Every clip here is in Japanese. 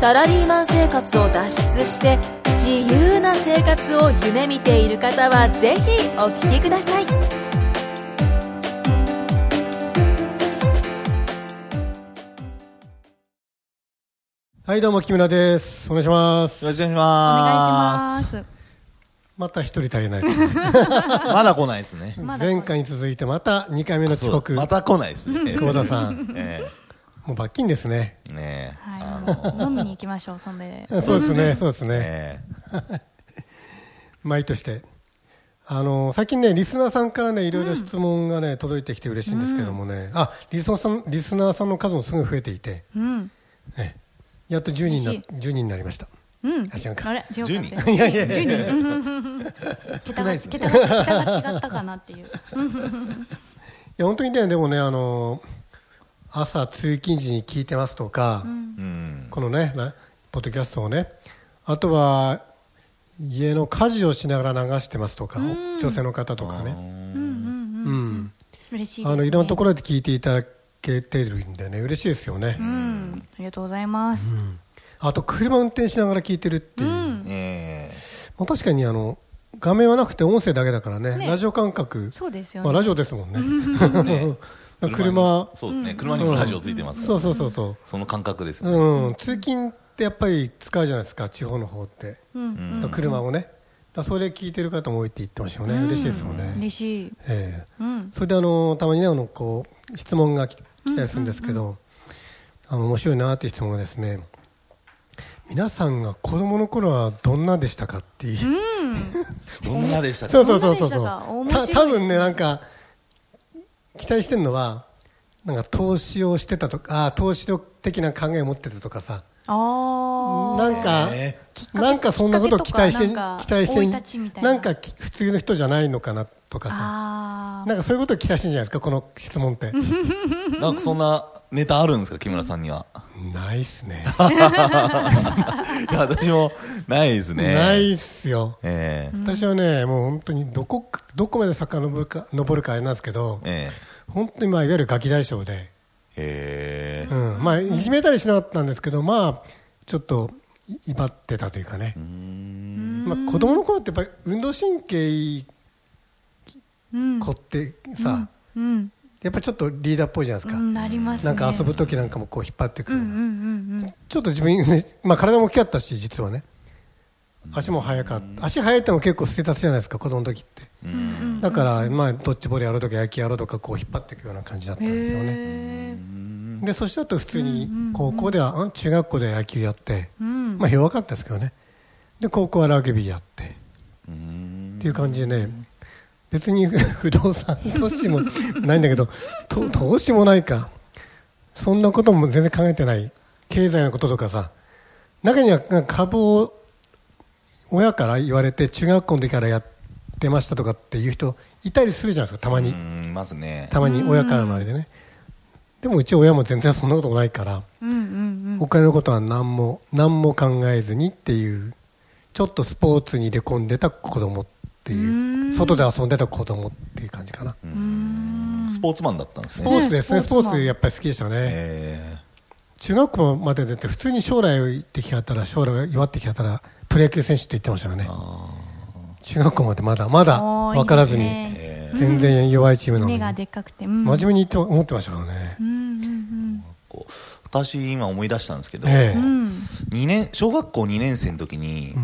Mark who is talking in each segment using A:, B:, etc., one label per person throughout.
A: サラリーマン生活を脱出して自由な生活を夢見ている方はぜひお聞きください
B: はい、どうも、木村です。お願いします
C: よ。ろしくお願いし
D: お
C: ま
D: 願い
C: す。
D: します。
B: また一人足りないですね。
C: まだ来ないですね。
D: まだ
B: 前回に続いて、また2回目の遅刻。
C: そうまた来ないですね。
B: 久保田さん。
C: え
B: もう罰金ですね。
C: えねえ。あ
D: はい、飲みに行きましょう、そん で。
B: そうですね、そうですね。
C: え
B: 毎年で。あの、最近ね、リスナーさんからね、いろいろ質問がね、届いてきて嬉しいんですけどもね。あ、リスナーさん、リスナーさんの数もすごい増えていて、
D: うん。
B: ねやっと10人な、
D: 嬉し
B: 10人になりました。
D: うん。
B: あ、違うか。
D: あれ、ジョーカーって
B: いやいやいやいや
C: 少ないですね
D: 桁が桁が桁が違ったかなって いう。
B: いや本当にねでもねあの朝通勤時に聞いてますとか、
C: ん
B: このねラポッドキャストをねあとは家の家事をしながら流してますとか、女性の方とかね
D: うんうんうん。
B: うん
D: 嬉しいです、ね。
B: あのいろんなところで聞いていただけてるんでね嬉しいですよね、
D: うん。ありがとうございます。
B: あと車運転しながら聞いてるっていう、ま
C: ええ
B: あ、確かにあの画面はなくて音声だけだからね
D: ね
B: ラジオ感覚
D: そうですよ
B: まあ、
D: ね。
B: ラジオですもんね
C: え。
B: 車
C: そうですね。車にもラジオついてますか
B: そう
C: ら。
B: そうそうそう
C: その感覚ですよね。
B: うん、通勤ってやっぱり使うじゃないですか地方の方って、
D: うん。
B: だから車をねだからそれ聞いてる方も多いって言ってましたよね、嬉しいですもんね、
D: 嬉しい。
B: ええ
D: うん。
B: それであのたまにねあのこう質問が来来たりするんですけど、あの面白いなっていう質問がですね皆さんが子供の頃はどんなでしたかっていう、
C: どんなでし た
B: そ
C: か
B: うそうそうそう
D: ど
B: そ
D: ん
B: う
D: なでしたか面白
B: た
D: い
B: 多分ねなんか期待してるのはなんか投資をしてたとかあー投資的な考えを持ってたとかさ
D: ああ。
B: なんか、
C: ね
B: なんかそんなことを期待して
D: きっ
B: 期
D: かけと
B: 待し
D: か
B: て
D: なんか生い立ちみたいな
B: なんかき普通の人じゃないのかなとかさ
D: ああ。
B: なんかそういうことを期待してんじゃないですかこの質問って
C: なんかそんなネタあるんですか木村さん には。
B: ないっすね
C: いや、私もないです ね。
B: ないっすよ
C: ええ。
B: 私はねもう本当にどこかどこまで遡るか登るかあれなんですけど
C: え
B: 本当にまあいわゆるガキ大将で、
C: え。え
B: う
C: え。
B: んまあ、いじめたりしなかったんですけどまあちょっとい威張ってたというかねまあ、子供の頃ってやっぱり運動神経いい
D: うん。
B: 子ってさ、
D: うん。
B: やっぱちょっとリーダーっぽいじゃないですか、
D: うん。なりますね。
B: なんか遊ぶ時なんかもこう引っ張ってく
D: うん
B: る、
D: うんうんうん。
B: ちょっと自分、 ね、まあ体も大きかったし実はね足も速かった足速いっても結構ステータスじゃないですか子供の時ってだからまあドッジボールやろうとか野球やろうとかこう引っ張っていくような感じだったんですよね
D: へえ。
B: でそしたと普通に高校ではあ中学校では野球やって
D: うん。
B: まあ弱かったですけどねで高校はラグビーやって
C: うーん
B: っていう感じでね別に 不動産投資もないんだけどと投資もないかそんなことも全然考えてない経済のこととかさ中にはなんか株を親から言われて中学校の時からやってましたとかっていう人いたりするじゃないですかたま
C: う
B: に、
C: ん。いますね。
B: たまに親からのあれでねでもうち親も全然そんなこともないから
D: うんうん
B: お金のことは何も何も考えずにっていうちょっとスポーツに入れ込んでた子供っていう外で遊んでた子供っていう感じかな
C: スポーツマンだったんです
B: ス
C: ね。
B: ポーツですね
D: ね
B: ス
D: ス
B: ポ
D: ポーツ
B: ー
D: マン
B: ツやっぱり好きでしたね、
C: え
B: 中学校まで出て普通に将来を言ってきはったら将来を弱ってきはったらプロ野球選手って言ってましたよね中学校までまだまだ
D: おー
B: 分からずに
D: いいですね
C: え
B: 全然弱いチーム
D: う。
B: なんの
D: 目
B: に
D: が
B: 真
D: でっかくて。う
B: 面
D: ん。
B: 目に言って思ってましたからね、
D: うんうん
C: え。こう私、今思い出したんですけど、
B: ええ
D: うん。うん。
C: 二年小学校2年生の時に、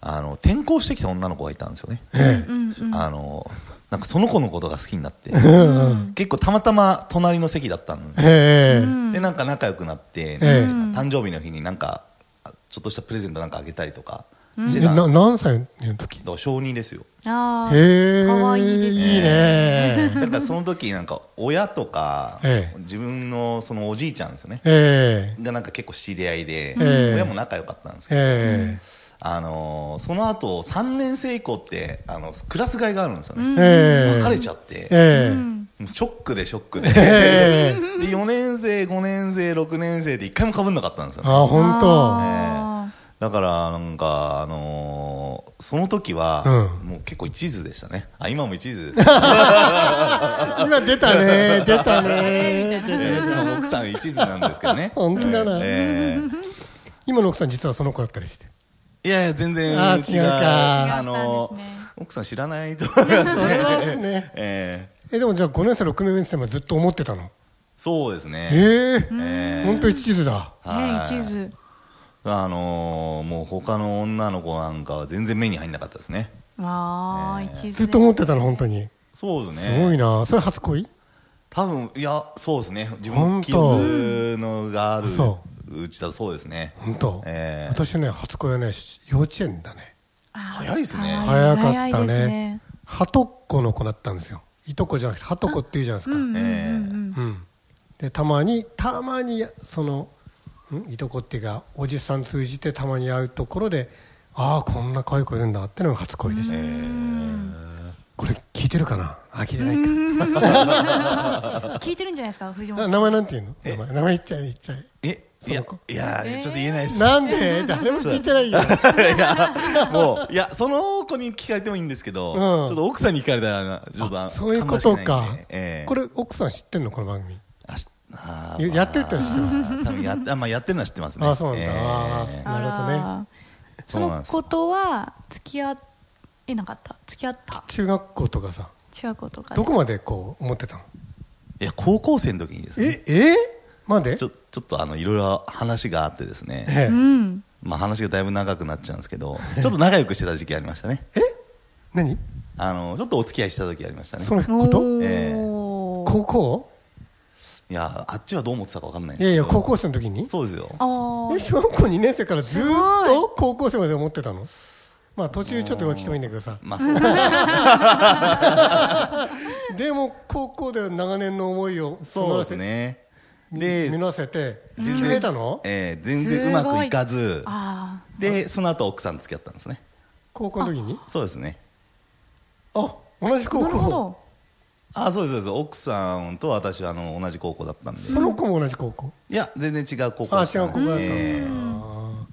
C: あの転校してきた女の子がいたんですよね、
B: ええ
D: うんうん。
C: あのなんかその子のことが好きになって
B: うんうん
C: 結構たまたま隣の席だったんで,、
B: ええ
C: でなんか仲良くなって、
B: ええ
C: 誕生日の日になんかちょっとしたプレゼントなんかあげたりとかして
B: え
C: たんで
B: な
C: す
B: 何歳の時
C: だから小2ですよ
D: ああ。
B: へえ。
D: かわいいですね
B: いいね。
C: だからその時なんか親とか、
B: ええ
C: 自分のそのおじいちゃんですよね
B: ええ。
C: がなんか結構知り合いで、
B: ええ
C: 親も仲良かったんですけど
B: え
C: あのーその後3年生以降ってあのクラス替えがあるんですよね、
B: え
C: 別れ
B: え
C: ちゃって、
B: え
C: もうショックでショックで、
B: え
C: で4年生5年生6年生で1回も被んなかったんですよね
B: あ本当
D: あ
C: だからなんか、あのーその時は、
B: う
C: もう結構一途でしたねあ今も一途 ですけど
B: 今出たね出たね出 た
C: えー今も奥さん一途なんですけどね
B: 本当だな
C: えー
B: 今の奥さん実はその子だったりして
C: いやいや全然
B: あ
C: 違う
B: ー違うか
C: あのー
D: 違ったんですね
C: 奥さん知らないと思いま す
B: そ
C: ね
B: れはですね
C: えー
B: えでもじゃあ5年生6年生までずっと思ってたの
C: そうですね
B: え
C: え
B: え
C: ー
B: 本当一途だ
C: は
D: あ
C: い
D: ね一途
C: あのーもう他の女の子なんかは全然目に入んなかったですね
D: ああ一途ね
B: ずっと思ってたの本当に
C: そうです
B: す
C: ね
B: ごいなそれ初恋
C: 多分いやそうですね自
B: ほ
C: 分
B: んと
C: 記憶のがある
B: そう
C: ちだとそうですね
B: 本当
C: えー
B: 私ね初恋はねし幼稚園だね
D: あー
C: 早いですね
D: 可愛
B: 早
D: い
B: か
D: 早
B: っ
D: い
B: た
D: です
B: ねはとっこの子だったんですよいとこじゃなくてはとこっていうじゃないですか
D: うんうんうん
B: うんでたまにたまにそのんいとこっていうかおじさん通じてたまに会うところでああこんな可愛い子いるんだってのが初恋でした、これ聞いてるかなあ聞いてないか、
D: うん聞いてるんじゃないですか藤
B: な
D: 本さん
B: 名前なんて言うの名前名前言っちゃえ言っちゃえ
C: えい
B: そ
C: や
B: の子
C: いや
D: えー
C: ちょっと言えないです
B: なんで誰も聞いてないよ
C: もういやその子に聞かれてもいいんですけど、
B: ん
C: ちょっと奥さんに聞かれたらちょっとあ
B: そういうこと
C: 勘弁して
B: か
C: ないんで、えー
B: これ奥さん知ってんのこの番組
C: あしあ
B: ややってるってのは知ってます
C: す多分やっあまあやってるのは知ってますね
B: ああそうなんだ、
C: えー
B: ああなるほどね
D: あーその子とは付き合えなかった付き合った
B: 中学校とかさ
D: 中学校とかで
B: どこまでこう思ってたの
C: いや高校生の時にですね
B: ええまで
C: ちょ ちょっとあのいろいろ話があってですね、
B: え
D: う
B: え
D: ん
C: まあ、話がだいぶ長くなっちゃうんですけどちょっと仲良くしてた時期ありましたね
B: 何
C: あのちょっとお付き合いした時ありましたね
B: そのこ
D: お
B: と
C: え
D: ー
B: 高校
C: いやあっちはどう思ってたか分かんないん
B: い
C: です
B: やい
C: けど
B: や高校生の時に
C: そうですよ
D: あー
B: え小学校2年生からずーっ
D: すご
B: と高校生まで思ってたのまあ途中ちょっと浮気してもいいんだけどさ
C: まあそうです ね
B: でも高校では長年の思いを
C: そうですす
B: ね
C: ねで
B: 実らせて
C: 全
B: 決
C: 然
B: めたの
C: えー全然うまくいかず
D: あ
C: でその後奥さんと付き合ったんですね
B: 高校の時に
C: そうですね
B: あ同じ
D: ー
B: 高
D: なるほ
B: 校
D: ど
C: あそうですそうです奥さんと私はあの同じ高校だったんで
B: その子も同じ高校
C: いや全然違う高校
B: あ
C: で
B: 違う
C: したね
B: 高校だったんだ
C: えー
B: あ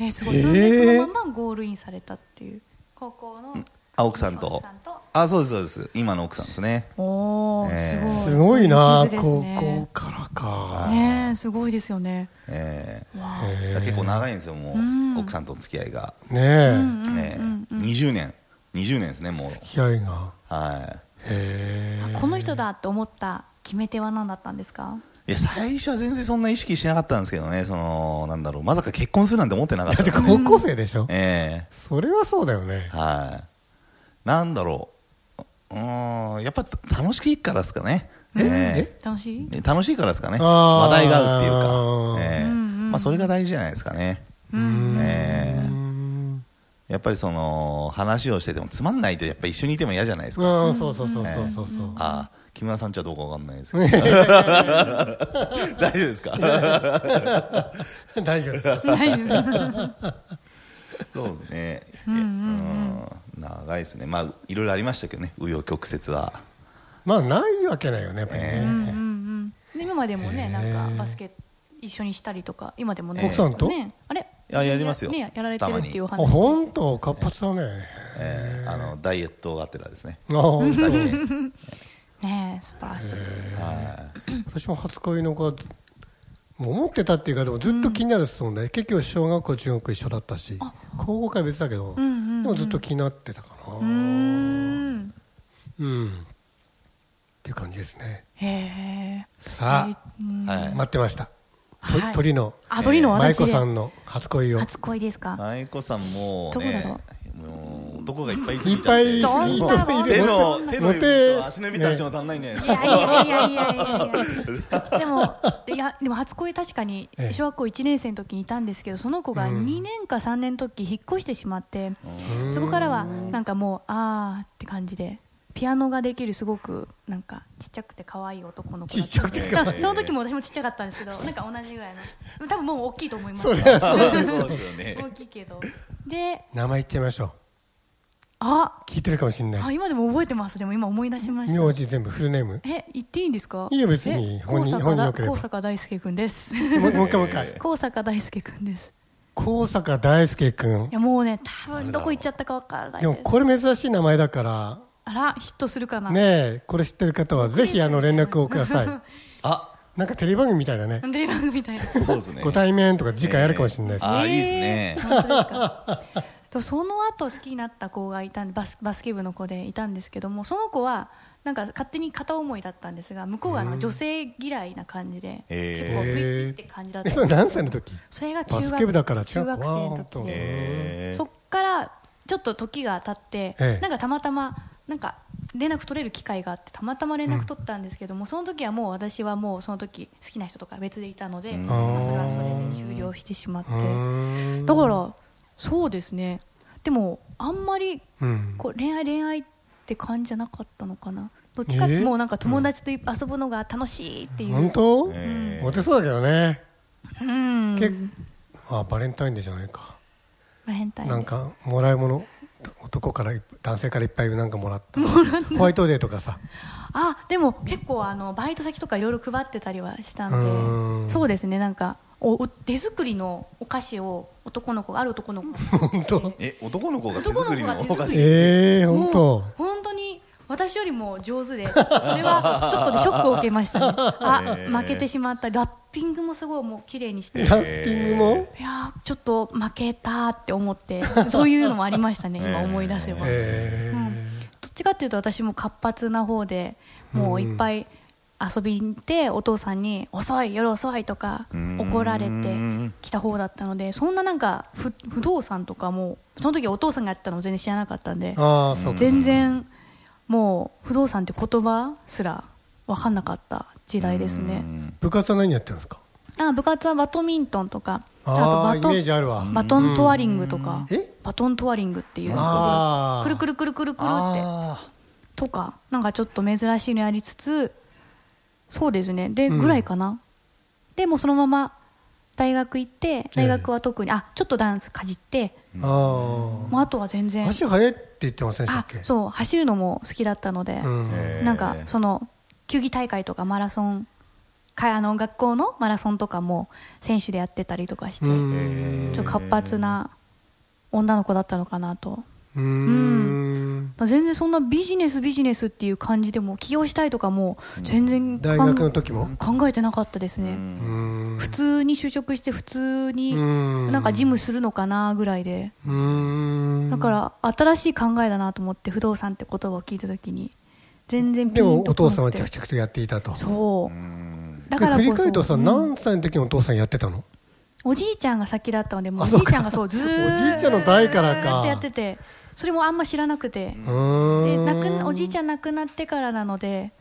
D: えすごいそれでそのまんまゴールインされたっていう高校の
C: あ奥さんと
D: 奥さんと
C: あそうですそうです今の奥さんですね
D: おー
C: え
D: す
C: ー
D: ごい
B: ーすごいな
D: 一途です
B: 高
D: ね
B: 校からか
D: ねえすごいですよね
C: えー
D: わ
B: へー
C: 結構長いんですよもう、
D: ん
C: 奥さんとの付き合いが、
B: ねえ
C: えー20年20年ですねもう
B: 気合が
C: は
B: へえ
D: あこの人だと思った決め手は何だったんですか
C: いいや最初は全然そんな意識しなかったんですけどねそのなんだろうまさか結婚するなんて思ってなかっ
B: だ
C: た
B: っ
C: の
B: て
C: で
B: 高校生でしょ
C: え
B: それはそうだよね
C: えはいなんだろううーんやっぱ楽しいからですかねええ
D: 楽し い
C: 楽しいからですかね
B: あー
C: 話題が合うっていうか
B: うん、
C: ええまあ、それが大事じゃないですかね、ええ
B: うん
C: やっぱりその話をしててもつまんないとやっぱ一緒にいても嫌じゃないですか、あ
B: うんそうそうそうそうそうそう
C: あ木村さんちはどうかわかんないですけど大丈夫ですか
B: 大丈夫です。
D: ないです
C: そうですね、うん長いですねまあいろいろありましたけどね紆余曲折は
B: まあないわけないよね、やっぱりね。
D: うんうんで今までもね、なんかバスケ一緒にしたりとか今でもね
B: 奥さんと
D: ねあれ
C: いややりますよ
D: ねやられてるっていうお
B: あ、
D: 話
B: 本当活発だ ね。
C: ええあのダイエットがてらですね
B: あ、本当。
D: ねえ素晴らしい
C: はい
B: 私も初恋の子は。もう思ってたっていうか、でもずっと気になる存在、結局小学校、中学校一緒だったし。高校から別だけど、でもずっと気になってたか
D: う
B: な。
D: ーん
B: うん。っていう感じですね。
D: へえ
B: さあ
D: うん
C: はい
B: 待ってました。と
D: はい
B: 鳥の。
D: あ鳥の
B: 舞
D: 私
B: 子
D: で
B: さんの初恋を。い
D: 初恋ですか
C: 舞子さんも
D: どこだ
C: ね
D: ろ
C: もう男がいっぱいいすぎ
B: っ
C: ちゃ
B: ぱ
C: っ
B: い
C: て
B: いる
D: そんなの
B: 人い
C: 手
B: る。
C: の
B: モテ
C: 手の指と足の指と足
B: ね
C: も足んないんじゃないです
D: い
C: か
D: やいやいやいやいやいやでもいやでも初恋確かに
B: ええ
D: 小学校1年生の時にいたんですけどその子が2年か3年の時引っ越してしまって、そこからはなんかもうあーって感じでピアノができるすごくなんかちっちゃくて可愛い男の子だ
B: ちっちゃくて
C: 可愛い
D: うんその時も私もちっちゃかったんですけどなんか同じぐらいの多分もう大きいと思います
B: それ
C: そうですよね
D: 大きいけどで
B: 名前言っちゃいましょう
D: あ
B: 聞いてるかもしれ
D: あ
B: ない
D: 今でも覚えてますでも今思い出しました
B: 名字全部フルネーム
D: え言っていいんですか
B: いいよ別に
D: え
B: 本人
D: 高
B: 本人
D: 坂だ
B: よければ
D: 高坂大輔君 です
B: もうもう一回もう一
C: え
B: 回
D: 高坂大輔君です
B: 高坂大輔君
D: いやもうね多分どこ行っちゃったかわからな
B: で
D: いで
B: も
D: す
B: これ珍しい名前だから
D: あらヒットするかな、
B: ねえこれ知ってる方はぜひあの連絡をください
C: あ
B: なんかテレビ番組みたいだね
D: テレビ番組 みたいな
C: そうですね
B: ご対面とか次回やるかもしれないです、
C: あーいいですね
D: えー本当ですか とその後好きになった子がいたんでバスバスケ部の子でいたんですけどもその子はなんか勝手に片思いだったんですが向こうがあの女性嫌いな感じで、
C: えー
D: 結構フィって感じだった
B: え
D: ん
B: そ
D: で
B: れ
D: す
B: 何歳の時
D: それが中
B: バ
D: 学
B: スケ部だから
D: 中学生の時で、
C: えー
D: そっからちょっと時が経って、
B: ええ
D: なんかたまたまなんか連絡取れる機会があってたまたま連絡取ったんですけども、その時はもう私はもうその時好きな人とか別でいたので、
C: うん
D: まあ、それはそれで終了してしまって
B: うーん
D: だからそうですねでもあんまり
B: うん
D: こう恋愛恋愛って感じじゃなかったのかなどっちかって
B: ええ
D: もうなんか友達とい遊ぶのが楽しいっていう、
B: 本当、
C: えー
B: モテそうだけどね、
D: うん
B: けあバレンタインデーじゃないか
D: まあ変態で
B: なんかもらい物男から男性からいっぱいなんかもらったホワイトデーとかさ
D: あでも結構あのバイト先とかいろいろ配ってたりはした
B: う
D: の
B: ーん
D: でそうですねなんかおお手作りのお菓子を男の子がある男の子が
B: 本当
C: え男の子が手作りのお
D: 男の子が
C: 菓
D: 手作
C: 子
D: り
B: ええ
D: も
B: 本
D: う
B: 当
D: 本当に私よりも上手でそれはちょっとでショックを受けまし たねあ
C: へー
D: 負けてしまったラッピングもすごいもう綺麗にしてい
B: ラッピングも、
D: やーちょっと負けたって思ってそういうのもありましたね今思い出せば。
B: え
D: どっちかっていうと私も活発な方でもういっぱい遊びに行ってお父さんに「遅い夜遅い」とか
C: うん
D: 怒られてきた方だったのでそんななんか不不動産とかもその時お父さんがやってたのを全然知らなかったんで
B: えああそうか
D: 全然もう不動産って言葉すら分かんなかった時代ですね
B: 部活は何やってるんですか
D: あ部活はバドミントンとか
B: あ
D: と
B: あ
D: バト
B: イメージあるわ
D: バトントワリングとか
B: うんえ
D: バトントワリングっていうんです
B: あ
D: か
B: ー
D: くるくるくるくるくるって
C: あ
D: とかなんかちょっと珍しいのやりつつそうですねで、
B: うん
D: ぐらいかなでもうそのまま大学行って大学は特に、あちょっとダンスかじって
B: あ
D: もうあとは全
B: あ
D: 然
B: 足速いって言ってませんでした
D: あ
B: っけ
D: そう走るのも好きだったので、
B: うん
C: えー
D: なんかその球技大会とかマラソンかあの学校のマラソンとかも選手でやってたりとかして、
B: うん
D: ちょっと活発な女の子だったのかなと
B: うーん
D: 全然そんなビジネスビジネスっていう感じでも起業したいとかも全然考え
B: 大学の時も
D: 考えてなかったです
B: う
D: ね、
B: ーん
D: 普通に就職して普通に
B: うん
D: なんか事務するのかなぐらいで、
B: うーん
D: だから新しい考えだなと思って不動産って言葉を聞いた時に全然ピ
B: で
D: ン
B: も
D: と
B: お
D: こ
B: 父
D: なくて
B: さんは着々とやっていたと
D: そう、だ
B: で
D: から
B: 振り
D: こそ
B: 返るとさ
D: うん
B: 何歳の時にお父さんやってたの
D: おじいちゃんが先だったのでもう
B: あ
D: お
B: そ
D: じ
B: う
D: い
B: か
D: ちゃんがそうずー
B: おじいちゃんの代からか
D: ずーっとやっててそれもあんま知らなくて、
B: うー
D: で
B: ん
D: 亡くなおじいちゃん亡くなってからなので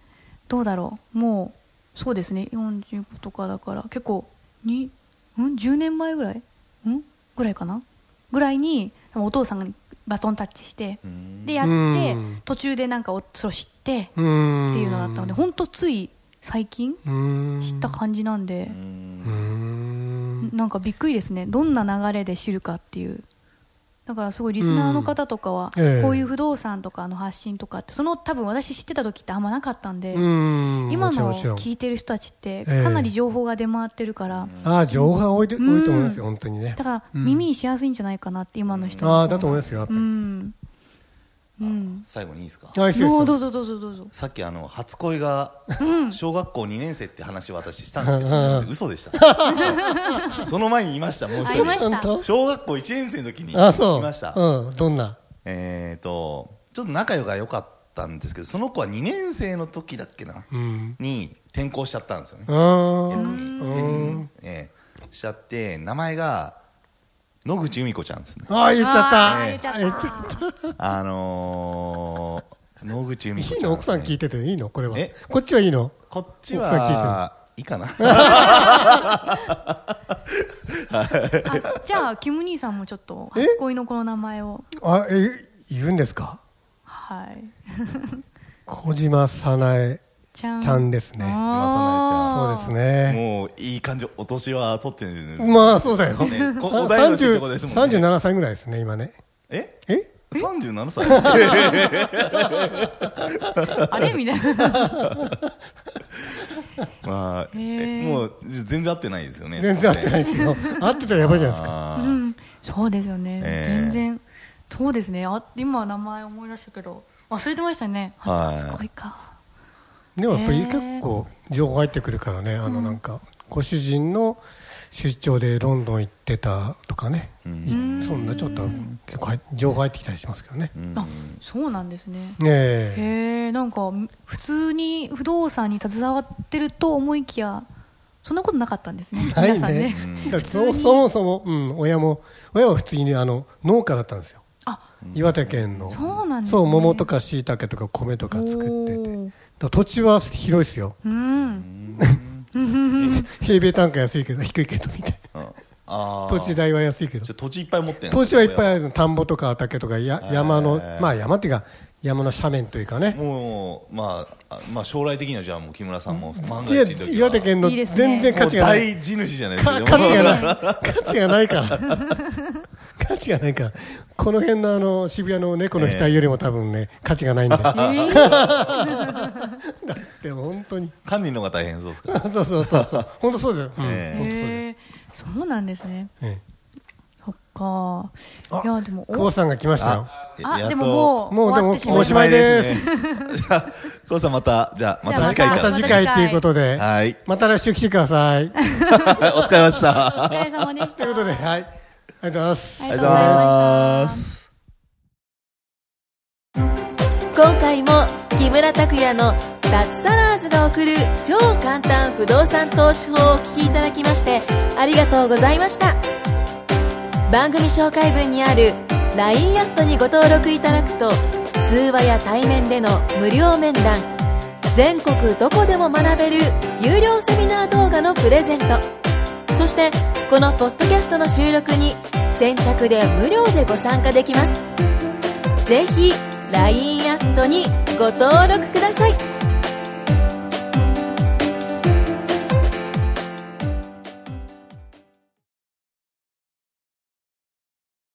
D: どうだろうもうそうですね45とかだから結構にん10年前ぐらいんぐらいかなぐらいに多分お父さんがバトンタッチしてでやっ
B: う
D: て
B: ん
D: 途中でなんかおそれを知って
B: うーん
D: っていうのだったので本当つい最近
B: うーん
D: 知った感じなんで
B: うーん
D: なんかびっくりですねどんな流れで知るかっていうだからすごいリスナーの方とかは、
B: うんええ
D: こういう不動産とかの発信とかってその多分私知ってた時ってあんまなかったんで、
B: うーんも
D: 今
B: ちろん
D: の
B: もちろん
D: 聞いてる人たちっ
B: え
D: て
B: え
D: かなり情報が出回ってるから、
B: ああ情報が多いで
D: ん
B: 多いと思いますよ本当にね
D: だから
B: うん
D: 耳にしやすいんじゃないかなって今の人の
B: ああだと思いますよやっぱ
D: う
B: り
D: んうん
C: 最後にいいですか
B: あいいです
D: もうど
B: よ
D: うぞどうぞどうぞ
C: さっきあの初恋が小学校2年生って話を私したんですけど、
B: うん
C: 嘘でした。 その前にいましたもう一
D: ありま
C: 人。
D: した
B: 本当
C: 小学校1年生の時にい
B: あそう
C: ました。
B: うんどんな
C: えーとちょっと仲良が良かったんですけど、その子は2年生の時だっけな
B: うん
C: に転校しちゃったんですよね。
B: うー
C: 逆
B: ん
C: にええしちゃって名前が野口由美子ちゃんですね
B: ああ言っち
D: あー
B: ゃ
D: 言
B: っ
D: ったちゃった
B: 言っちゃった
C: あのー、野口由美子ちゃ
B: いい
C: ん
B: の奥さん聞い
C: て
B: てていいのこれは
C: え
B: こっちはいいの
C: こっち
B: 奥さん聞
C: はいいかなあ
D: あじゃあキム兄さんもちょっと
B: え
D: 初恋の子の名前を
B: あえ言うんですか
D: はい
B: 小島早苗
D: ちゃん
B: ちゃんですね。
D: あ
B: そう
D: ー
B: ですね。
C: もういい感じお年は取ってる
B: まあそうだよ。さ
C: ねこお題の時ってことですもんね
B: 30 37歳ぐらいですね、今ね。
C: え
B: え
C: 37歳
D: あれみたいな
C: まあえ
D: へー
C: もうじ全然合ってないですよね
B: 全然合ってないいです よ。合ってたらやばいじゃないですか。
C: あ
D: そうですよね、
C: ええ
D: 全然そうですねあ今名前思い出したけど忘れてましたねあ
C: はい
D: すごいか
B: でもやっぱ
D: へ
B: り
D: ー
B: 結構情報入ってくるからね、あのなんか、ご主人の出張でロンドン行ってたとかね、いそんなちょっと結構入っ情報入ってきたりしますけどね。ね
D: あそうなんですね
B: え。
D: へえなんか普通に不動産に携わってると思いきやそんなことなかったんですね
B: ない
D: 皆さん
B: ね
D: ね。
B: だからそ
D: 普通に
B: そもそも、うん、親も、親は普通にあの農家だったんですよ。
D: あ
B: 岩手県の。
D: そうなんですね
B: そう、桃とか椎茸とか米とか作ってて。だ
D: おー
B: から土地は広いです よ。
D: うん
B: 平米単価安いけど、低いけど、みたい
C: ーああ
B: な。土
C: ー
B: 地代は安いけど
C: じゃ。あ土地いっぱい持ってんの
B: 土地はいっぱいあるの田んぼとか畑とかや山の、
C: へー
B: まあ山っていうか山の斜面というかね
C: もうまああまあ将来的にはじゃあもう木村さんも万
B: い
C: が
B: や
C: 一の時は
B: 岩手県の
D: いいですね
B: 全然
C: も
B: 価
C: う
B: 値がない
C: 大地主じゃないです
B: か
C: けど
B: 価値がない
C: もう
B: 価値がないから 価値がないからこの辺のあの渋谷の猫の額よりも多分ね価値がないんでだ って本当に
C: 管理の方が大変そうですから
B: そうそうそうそう本当そうだよ、うん
C: ええ
B: 本当そうだよ
D: へえそうなんですね
B: え
D: そっか
B: あ
D: いやでも
B: え久保さんが来ましたよ
D: あ
C: やっと
D: でもも
B: も
D: う
B: うでも
D: 終わってし
B: おしま
D: まい
B: いです
C: ね じゃあコウさんまたじゃあまた次回か
D: じゃあ
B: ま
C: ら
B: た次回ということで
C: はい
B: また来週来てください
C: お疲れ様でした
D: お疲れ様でした
B: ということではいありがとうございます
D: あり
C: あり
D: がと
C: がとうござい
D: うございま
C: ま
D: した
C: す
A: 今回も木村拓哉の脱サラーズが送る超簡単不動産投資法をお聞きいただきましてありがとうございました番組紹介文にある LINE アットにご登録いただくと通話や対面での無料面談全国どこでも学べる有料セミナー動画のプレゼントそしてこのポッドキャストの収録に先着で無料でご参加できますぜひ LINE アットにご登録ください